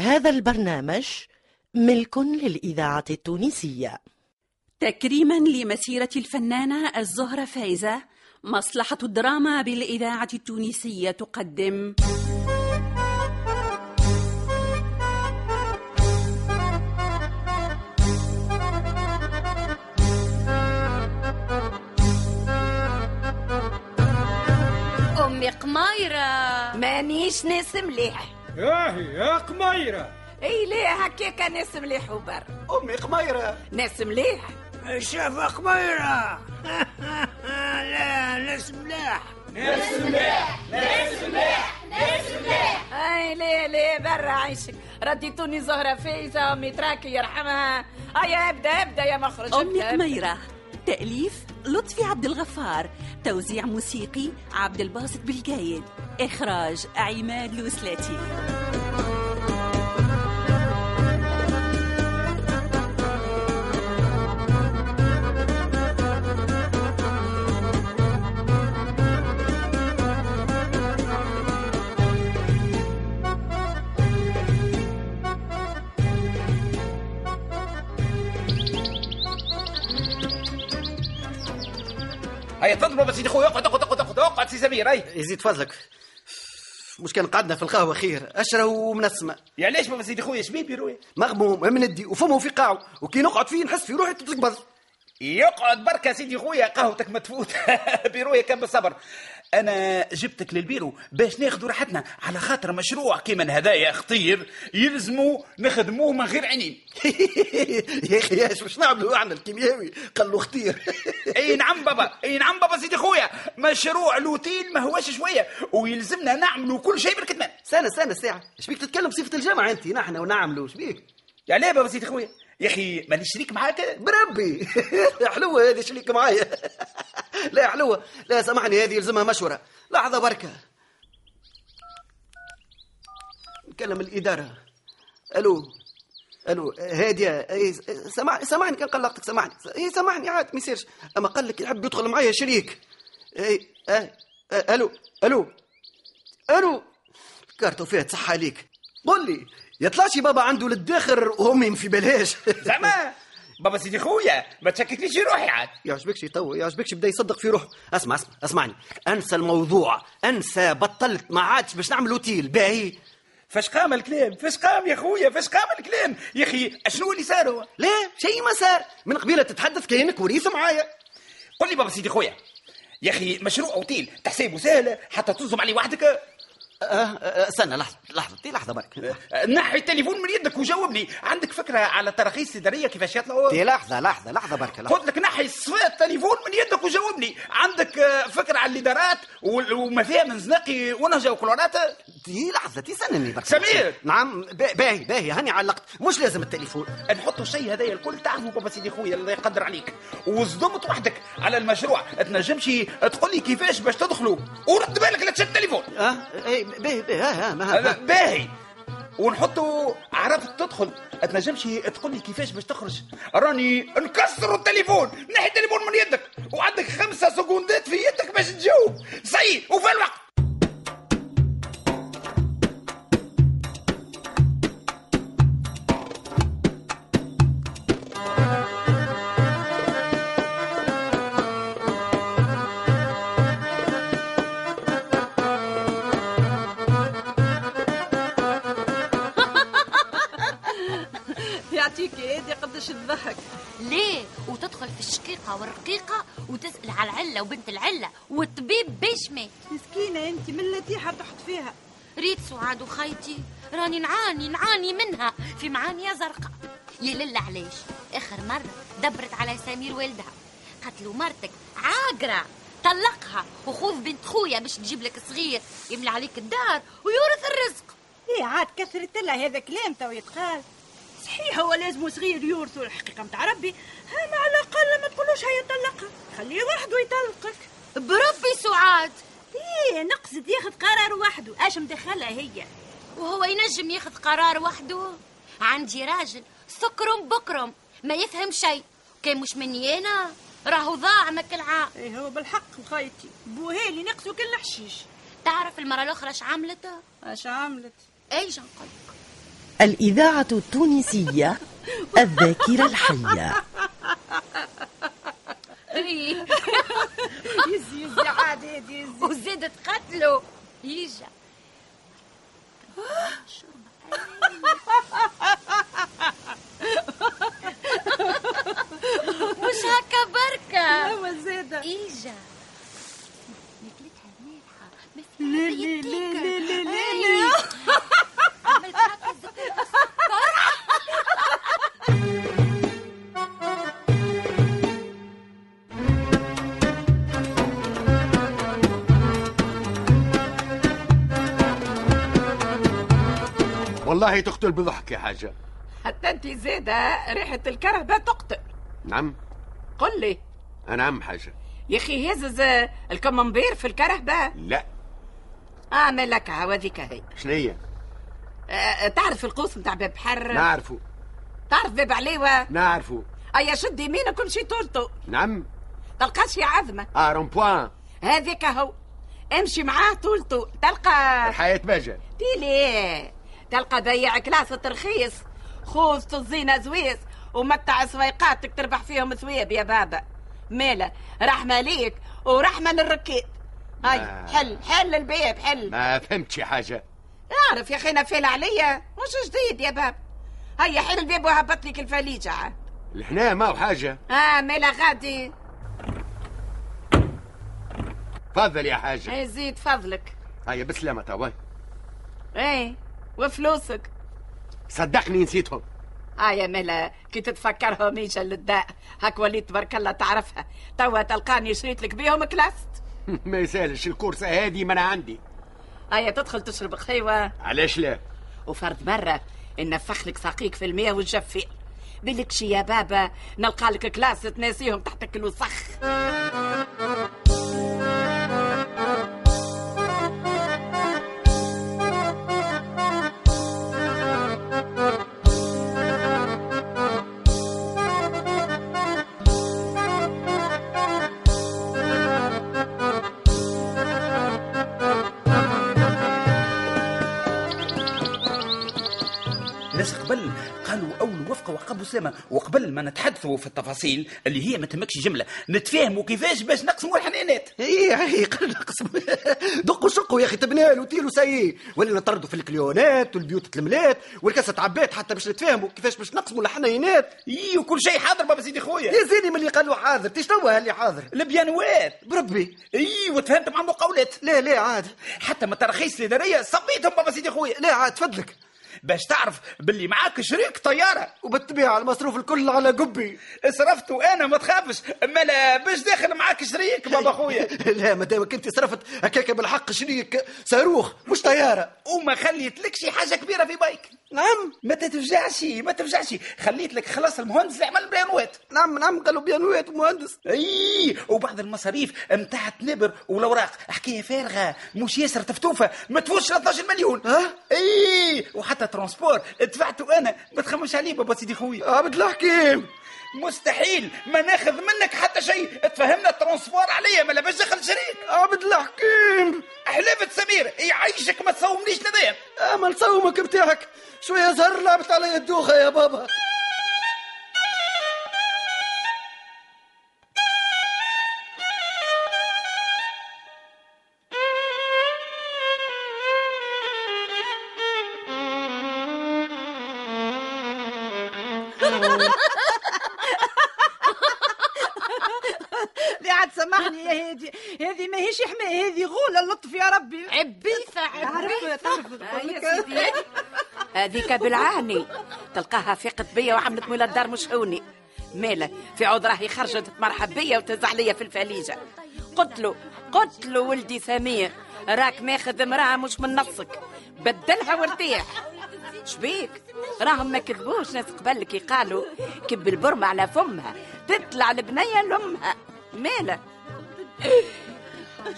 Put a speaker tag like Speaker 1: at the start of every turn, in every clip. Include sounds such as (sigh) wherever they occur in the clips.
Speaker 1: هذا البرنامج ملك للإذاعة التونسية
Speaker 2: تكريما لمسيرة الفنانة الزهرة فايزة مصلحة الدراما بالإذاعة التونسية تقدم
Speaker 3: أمي قميرة
Speaker 4: مانيش ناس مليح
Speaker 5: ياهي يا قميرة
Speaker 4: اي ليه هكاك ناس مليح وبر
Speaker 6: أمي قميرة
Speaker 4: ناس مليح
Speaker 7: شاف قميرة (laughs) لا ناس ملاح
Speaker 4: اي ليه ليه برا عيشك رديتوني زهرة فايزة امي تراكي يرحمها ايا ابدا ابدا يا مخرج
Speaker 2: أمي
Speaker 4: أبدأ، أبدأ.
Speaker 2: قميرة تأليف لطفي عبد الغفار توزيع موسيقي عبد الباسط بالجايد إخراج عماد لوسلاتي
Speaker 6: هيا تضرب يا سيدي خويا اقعد اقعد اقعد اقعد اقعد سي سمير هيا
Speaker 8: يزيد فضلك مش كان قعدنا في القهوه خير اشره ومنسمه
Speaker 6: يا علاش ما يعني سيدي خويا شبيه بيروي
Speaker 8: مغموم مندي وفمه في قاعه وكي نقعد فيه نحس في روحي تتقبض
Speaker 6: يقعد برك يا سيدي خويا قهوتك ما (laughs) تفوت بيرويا كان بالصبر انا جبتك للبيرو باش ناخذ راحتنا على خاطر مشروع كيما هذايا خطير يلزمو نخدموه من غير عينين
Speaker 8: (laughs)
Speaker 6: (laughs)
Speaker 8: يا اخي ياش واش نعملوا احنا الكيمياوي قال له (laughs) خطير
Speaker 6: اي نعم بابا اي نعم بابا سيدي خويا مشروع لوتيل ما هواش شويه ويلزمنا نعملوا كل شيء بالكتمان
Speaker 8: سنه سنه ساعه اش بيك تتكلم بصفه الجامعه انت نحن ونعملوا اش بيك
Speaker 6: يا ليه بابا سيدي خويا يا اخي ماني شريك معاك
Speaker 8: بربي حلوه هذه شريك معايا (laughs) لا حلوه لا سامحني هذه يلزمها مشوره لحظه بركه نكلم الاداره الو الو هاديه إيه، سامح سامحني كان قلقتك سامحني إيه، سامحني عاد ما يصيرش اما قال لك يحب يدخل معايا شريك إيه، آه، آه، الو الو الو كارتو فيها تصحى عليك قول لي يطلعش بابا عنده للداخر وامي في بلاش (laughs)
Speaker 6: زعما بابا سيدي خويا ما تشككليش روحي عاد
Speaker 8: يعجبكش يتو يعجبكش بدا يصدق في روحه اسمع اسمع اسمعني انسى الموضوع انسى بطلت ما عادش باش نعمل اوتيل باهي
Speaker 6: فاش قام الكلام فاش قام يا خويا فاش قام الكلام يا اخي شنو اللي صار هو
Speaker 8: لا شيء ما صار من قبيله تتحدث كانك وريث معايا أه،
Speaker 6: قل لي بابا سيدي خويا يا اخي مشروع اوتيل تحسيبه سهل حتى تنظم عليه وحدك
Speaker 8: آه، آه، استنى لحظه لحظه دي لحظه برك
Speaker 6: آه، نحي التليفون من يدك وجاوبني عندك فكره على تراخيص اداريه كيفاش يطلعوا
Speaker 8: دي لحظه لحظه لحظه برك لحظه
Speaker 6: قلت لك نحي صفات التليفون من يدك وجاوبني عندك آه، فكره على الادارات وال- وما فيها من زناقي ونهجه وكلورات
Speaker 8: دي لحظه تسنني برك
Speaker 6: سمير!
Speaker 8: نعم با- باهي باهي هاني علقت مش لازم التليفون أه؟
Speaker 6: نحطوا الشيء هذايا الكل تعرفوا بابا سيدي خويا الله يقدر عليك وصدمت وحدك على المشروع تنجمش تقول لي كيفاش باش تدخلوا ورد بالك لا تشد التليفون
Speaker 8: اه اي باهي باهي اه اه ما-
Speaker 6: هذا
Speaker 8: ما-
Speaker 6: باهي ونحطوا عرفت تدخل تنجمش تقول لي كيفاش باش تخرج راني نكسروا التليفون نحي التليفون من يدك وعندك خمسة سكوندات في يدك باش تجاوب سي وفي الوقت
Speaker 4: يعطيك يدي قداش تضحك
Speaker 3: ليه وتدخل في الشقيقة والرقيقة وتسأل على العلة وبنت العلة والطبيب باش مات
Speaker 9: مسكينة انت من لتيحة تحط فيها
Speaker 3: ريت سعاد وخيتي راني نعاني نعاني منها في معانية زرقاء يا لله علاش اخر مرة دبرت على سمير والدها قتلوا مرتك عاقرة طلقها وخذ بنت خويا باش تجيب لك صغير يملى عليك الدار ويورث الرزق
Speaker 9: ايه عاد كثرت لها هذا كلام تو يتقال صحيح هو لازم صغير يورثوا الحقيقة متاع ربي انا على الأقل ما تقولوش هيا طلقها خليه وحده يطلقك
Speaker 3: بربي سعاد
Speaker 9: ايه نقصد ياخذ قرار وحده اش مدخلها هي
Speaker 3: وهو ينجم ياخذ قرار وحده عندي راجل سكرم بكرم ما يفهم شيء كان مش مني انا راهو ضاع ما كل عام
Speaker 9: ايه هو بالحق خايتي بوهالي نقصوا كل حشيش
Speaker 4: (laughs)
Speaker 3: تعرف المره الاخرى اش عملت
Speaker 9: اش عملت
Speaker 3: ايش نقولك
Speaker 1: الإذاعة التونسية الذاكرة الحية
Speaker 3: إيه. (laughs)
Speaker 9: يزي يزي عاد هادي يزي
Speaker 3: وزادت قتله يجا (laughs) مش هكا بركة
Speaker 9: هو زادة
Speaker 3: إيجا نكلتها مالحة ما
Speaker 9: لا
Speaker 3: فيها
Speaker 9: لا لا لا لا
Speaker 3: أي تيكة
Speaker 9: لا لا
Speaker 3: إيه. عملت هكا الزكاة
Speaker 7: والله تقتل بضحك يا حاجة
Speaker 4: حتى انت زادة ريحة الكرهبة تقتل
Speaker 7: نعم
Speaker 4: قل لي
Speaker 7: نعم حاجة
Speaker 4: يا اخي هزز الكممبير في الكرهبة
Speaker 7: لا
Speaker 4: اه لك هذيك هي
Speaker 7: شنية
Speaker 4: آه، تعرف القوس نتاع باب بحر
Speaker 7: نعرفه
Speaker 4: تعرف باب عليوة
Speaker 7: نعرفه
Speaker 4: ايا شد يمينك ومشي طولته
Speaker 7: نعم
Speaker 4: تلقاش يا عظمة
Speaker 7: اه رمبوان
Speaker 4: هذيك هو امشي معاه طولته تلقى
Speaker 7: الحياة باجة
Speaker 4: تيلي تلقى بيع كلاس ترخيص خوز تزينة زويس ومتع سويقاتك تربح فيهم ثويب يا بابا مالا رحمة ليك ورحمة للركاب هاي
Speaker 7: ما-
Speaker 4: حل حل الباب حل
Speaker 7: ما فهمتش حاجة
Speaker 4: اعرف يا اخي نفيل عليا مش جديد يا بابا هيا حل الباب وهبط لك الفليجة عاد
Speaker 7: الحنا ما هو حاجة
Speaker 4: اه مالا غادي
Speaker 7: تفضل يا حاجة
Speaker 4: اي آه، زيد فضلك
Speaker 7: هيا بسلامة توا
Speaker 4: اي وفلوسك
Speaker 7: صدقني نسيتهم
Speaker 4: اه يا ملا كي تتفكرهم يجا للداء هاك وليت تبارك الله تعرفها توا تلقاني شريت لك بيهم كلاست
Speaker 7: (laughs) ما يسالش الكورسة هذه من عندي
Speaker 4: هيا آه تدخل تشرب خيوة
Speaker 7: علاش لا
Speaker 4: وفرد مرة نفخ لك ساقيك في المية والجفير بالك شي يا بابا نلقى لك كلاس تناسيهم تحت كل وسخ
Speaker 6: ناس قبل قالوا اول وفقه وعقب وسامه وقبل ما نتحدثوا في التفاصيل اللي هي ما تمكش جمله نتفاهموا كيفاش باش نقسموا الحنانات
Speaker 8: اي اي قل
Speaker 6: (laughs)
Speaker 8: نقسم دقوا شقوا يا اخي تبنيها الوتيل وسي ولا نطردوا في الكليونات والبيوت تلملات والكاسة تعبات حتى باش نتفاهموا كيفاش باش نقسموا الحنينات إيه،
Speaker 6: اي وكل شيء حاضر بابا سيدي خويا
Speaker 8: يا زيني من اللي قالوا حاضر تشنو اللي حاضر
Speaker 6: البيانوات
Speaker 8: بربي
Speaker 6: اي وتفهمت مع المقاولات
Speaker 8: لا لا عاد
Speaker 6: حتى من التراخيص الاداريه صبيتهم بابا سيدي خويا
Speaker 8: لا عاد تفضلك
Speaker 6: باش تعرف باللي معاك شريك طياره
Speaker 8: وبالطبيعة المصروف الكل على قبي
Speaker 6: صرفته انا ما تخافش اما لا باش داخل معاك شريك بابا خويا
Speaker 8: (laughs) لا ما دامك انت صرفت هكاك بالحق شريك صاروخ مش طيارة
Speaker 6: وما خليتلكش حاجه كبيره في بايك
Speaker 8: نعم
Speaker 6: ما تتفجعش ما تفجعش خليت لك خلاص المهندس اللي عمل البيانوات
Speaker 8: نعم نعم قالوا بيانويات مهندس
Speaker 6: اي وبعض المصاريف نتاع التنابر والاوراق حكايه فارغه مش ياسر تفتوفه ما تفوتش 13 مليون
Speaker 8: ها؟
Speaker 6: اي وحتى ترونسبور دفعته انا ما تخممش عليه بابا سيدي خويا
Speaker 8: عبد الحكيم
Speaker 6: مستحيل ما ناخذ منك حتى شيء تفهمنا الترونسبور عليا ما لا باش دخل شريك
Speaker 8: عبد الحكيم
Speaker 6: حلفت سمير يعيشك ما تصومنيش لدايا
Speaker 8: امل صومك آه، بتاعك شوية زهر لعبت علي الدوخة يا بابا
Speaker 9: لا عاد سامحني يا هادي هذه ماهيش حماية هذه غولة لطف يا ربي
Speaker 3: عبيثة عبيثة
Speaker 9: تعرف تعرف
Speaker 4: هذيك بالعاني تلقاها فيقت بيا وعملت مولا الدار مش هوني مالا في عود راهي خرجت مرحب بيا وتهز عليا في الفليجة قلت له قلت له ولدي سمير راك ماخذ امرأة مش من نصك بدلها وارتاح شبيك راهم ما كذبوش ناس قبلك قالوا كب البرمة على فمها تطلع البنية لأمها مالا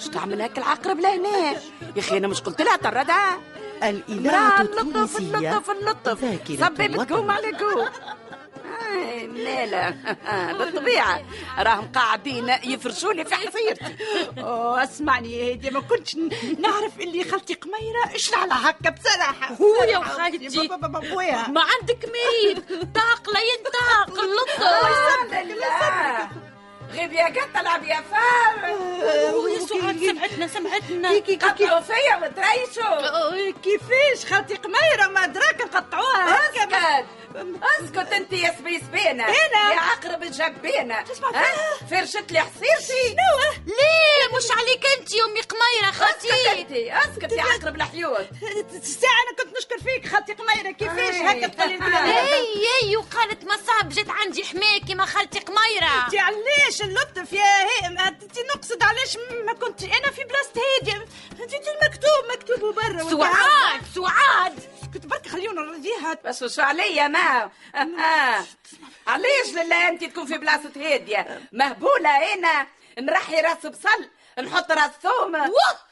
Speaker 4: شو تعمل هاك العقرب لهنا يا اخي انا مش قلت لها طردها
Speaker 1: الإذاعة
Speaker 4: مرام لطف
Speaker 1: التونسية
Speaker 4: اللطف اللطف
Speaker 1: ذاكرة
Speaker 4: صبي
Speaker 1: الوطن
Speaker 4: بتقوم على قوم آي.
Speaker 9: (laughs)
Speaker 4: لا لا بالطبيعة راهم قاعدين يفرشوا لي في حصيرتي
Speaker 9: أوه اسمعني يا هادي ما كنتش ن- نعرف اللي خالتي قميرة إيش على هكا بصراحة
Speaker 3: هو يا
Speaker 9: بصراحة.
Speaker 3: وخالتي.
Speaker 9: بابا بابا بويا
Speaker 3: ما عندك مريض طاق لا ينطاق اللطف
Speaker 4: لا غيب يا قطة العب يا فار
Speaker 3: ويا سعاد سمعتنا سمعتنا
Speaker 4: قطعوا فيا وتريشوا
Speaker 9: أوه، كيفاش خالتي قميرة ما دراك نقطعوها هكا
Speaker 4: اسكت اسكت انت يا سبيسبينة
Speaker 9: أنا؟
Speaker 4: يا عقرب الجبينة
Speaker 9: تسمع
Speaker 4: ها؟ فرشت لي حصيرتي
Speaker 9: شنو
Speaker 3: ليه مش عليك انت يا امي قميره
Speaker 4: اسكت
Speaker 3: خالتي
Speaker 4: انت اسكت يا عقرب الحيوت
Speaker 9: الساعة أنا كنت نشكر فيك خالتي قميرة كيفاش
Speaker 4: إيه.
Speaker 9: هكا تقولي لي إيه.
Speaker 3: اي اي وقالت مصاب جات عندي حماكي ما خالتي قميره
Speaker 9: انت علاش اللطف يا هيم انت نقصد علاش ما كنت انا في بلاصه هادي انت المكتوب مكتوب برا وانت عارفة.
Speaker 3: سعاد سعاد
Speaker 9: كنت برك خليونا نرضيها
Speaker 4: بس وشو عليا ما
Speaker 9: نعم.
Speaker 4: آه. علاش لله انت تكون في بلاصه هاديه مهبوله انا نرحي راس بصل نحط راس ثوم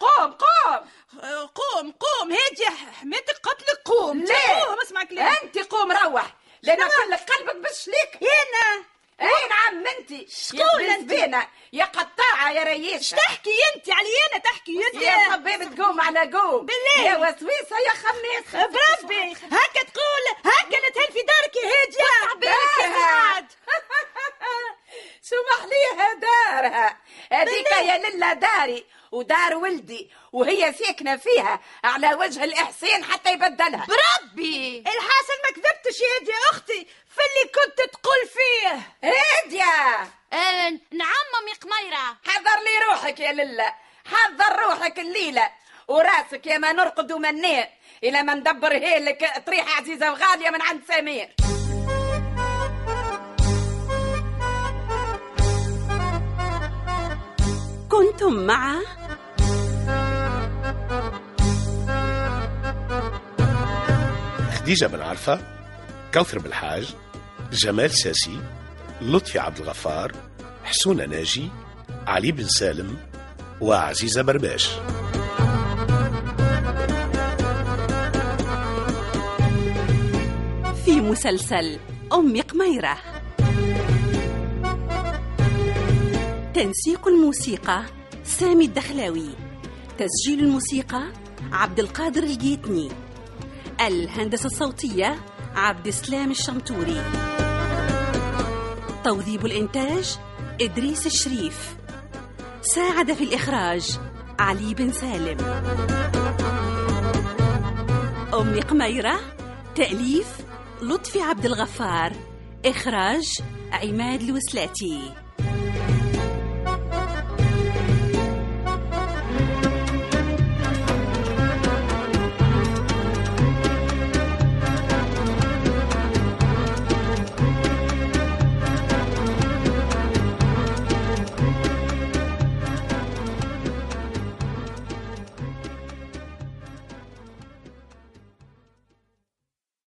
Speaker 4: قوم قوم
Speaker 9: آه، قوم قوم هادي حماتك قتلك قوم
Speaker 4: ليه
Speaker 9: قوم اسمع كلام
Speaker 4: انت قوم روح لان كل قلبك بالشليك
Speaker 9: انا
Speaker 4: اي نعم انت
Speaker 9: شكون
Speaker 4: يا
Speaker 9: انت؟
Speaker 4: بينا يا قطاعه يا ريشه
Speaker 9: تحكي انت علي انا تحكي انت
Speaker 4: يا صبيب تقوم على قوم
Speaker 9: بالله.
Speaker 4: يا وسويسه يا خميسه
Speaker 9: بربي هكا تقول هكا لا تهل في دارك يا هادية
Speaker 4: بالك يا سعاد.
Speaker 9: (laughs)
Speaker 4: سمح ليها دارها هذيك يا للا داري ودار ولدي وهي ساكنة فيها على وجه الإحسان حتى يبدلها
Speaker 3: بربي
Speaker 9: الحاصل ما كذبتش يا هادية اختي في اللي كنت تقول فيه
Speaker 4: هادية
Speaker 3: آه، نعم امي قميره
Speaker 4: حضر لي روحك يا للا حضر روحك الليلة وراسك يا ما نرقد وما ننام إلى ما ندبر هيلك طريحة عزيزة وغالية من عند سمير
Speaker 2: كنتم مع
Speaker 10: خديجة بن عرفة كوثر بالحاج جمال ساسي لطفي عبد الغفار حسون ناجي علي بن سالم وعزيزة برباش
Speaker 2: في مسلسل أم قميرة تنسيق الموسيقى سامي الدخلاوي تسجيل الموسيقى عبد القادر الجيتني الهندسة الصوتية عبد السلام الشمتوري توظيب الإنتاج إدريس الشريف ساعد في الإخراج علي بن سالم أم قميرة تأليف لطفي عبد الغفار إخراج عماد الوسلاتي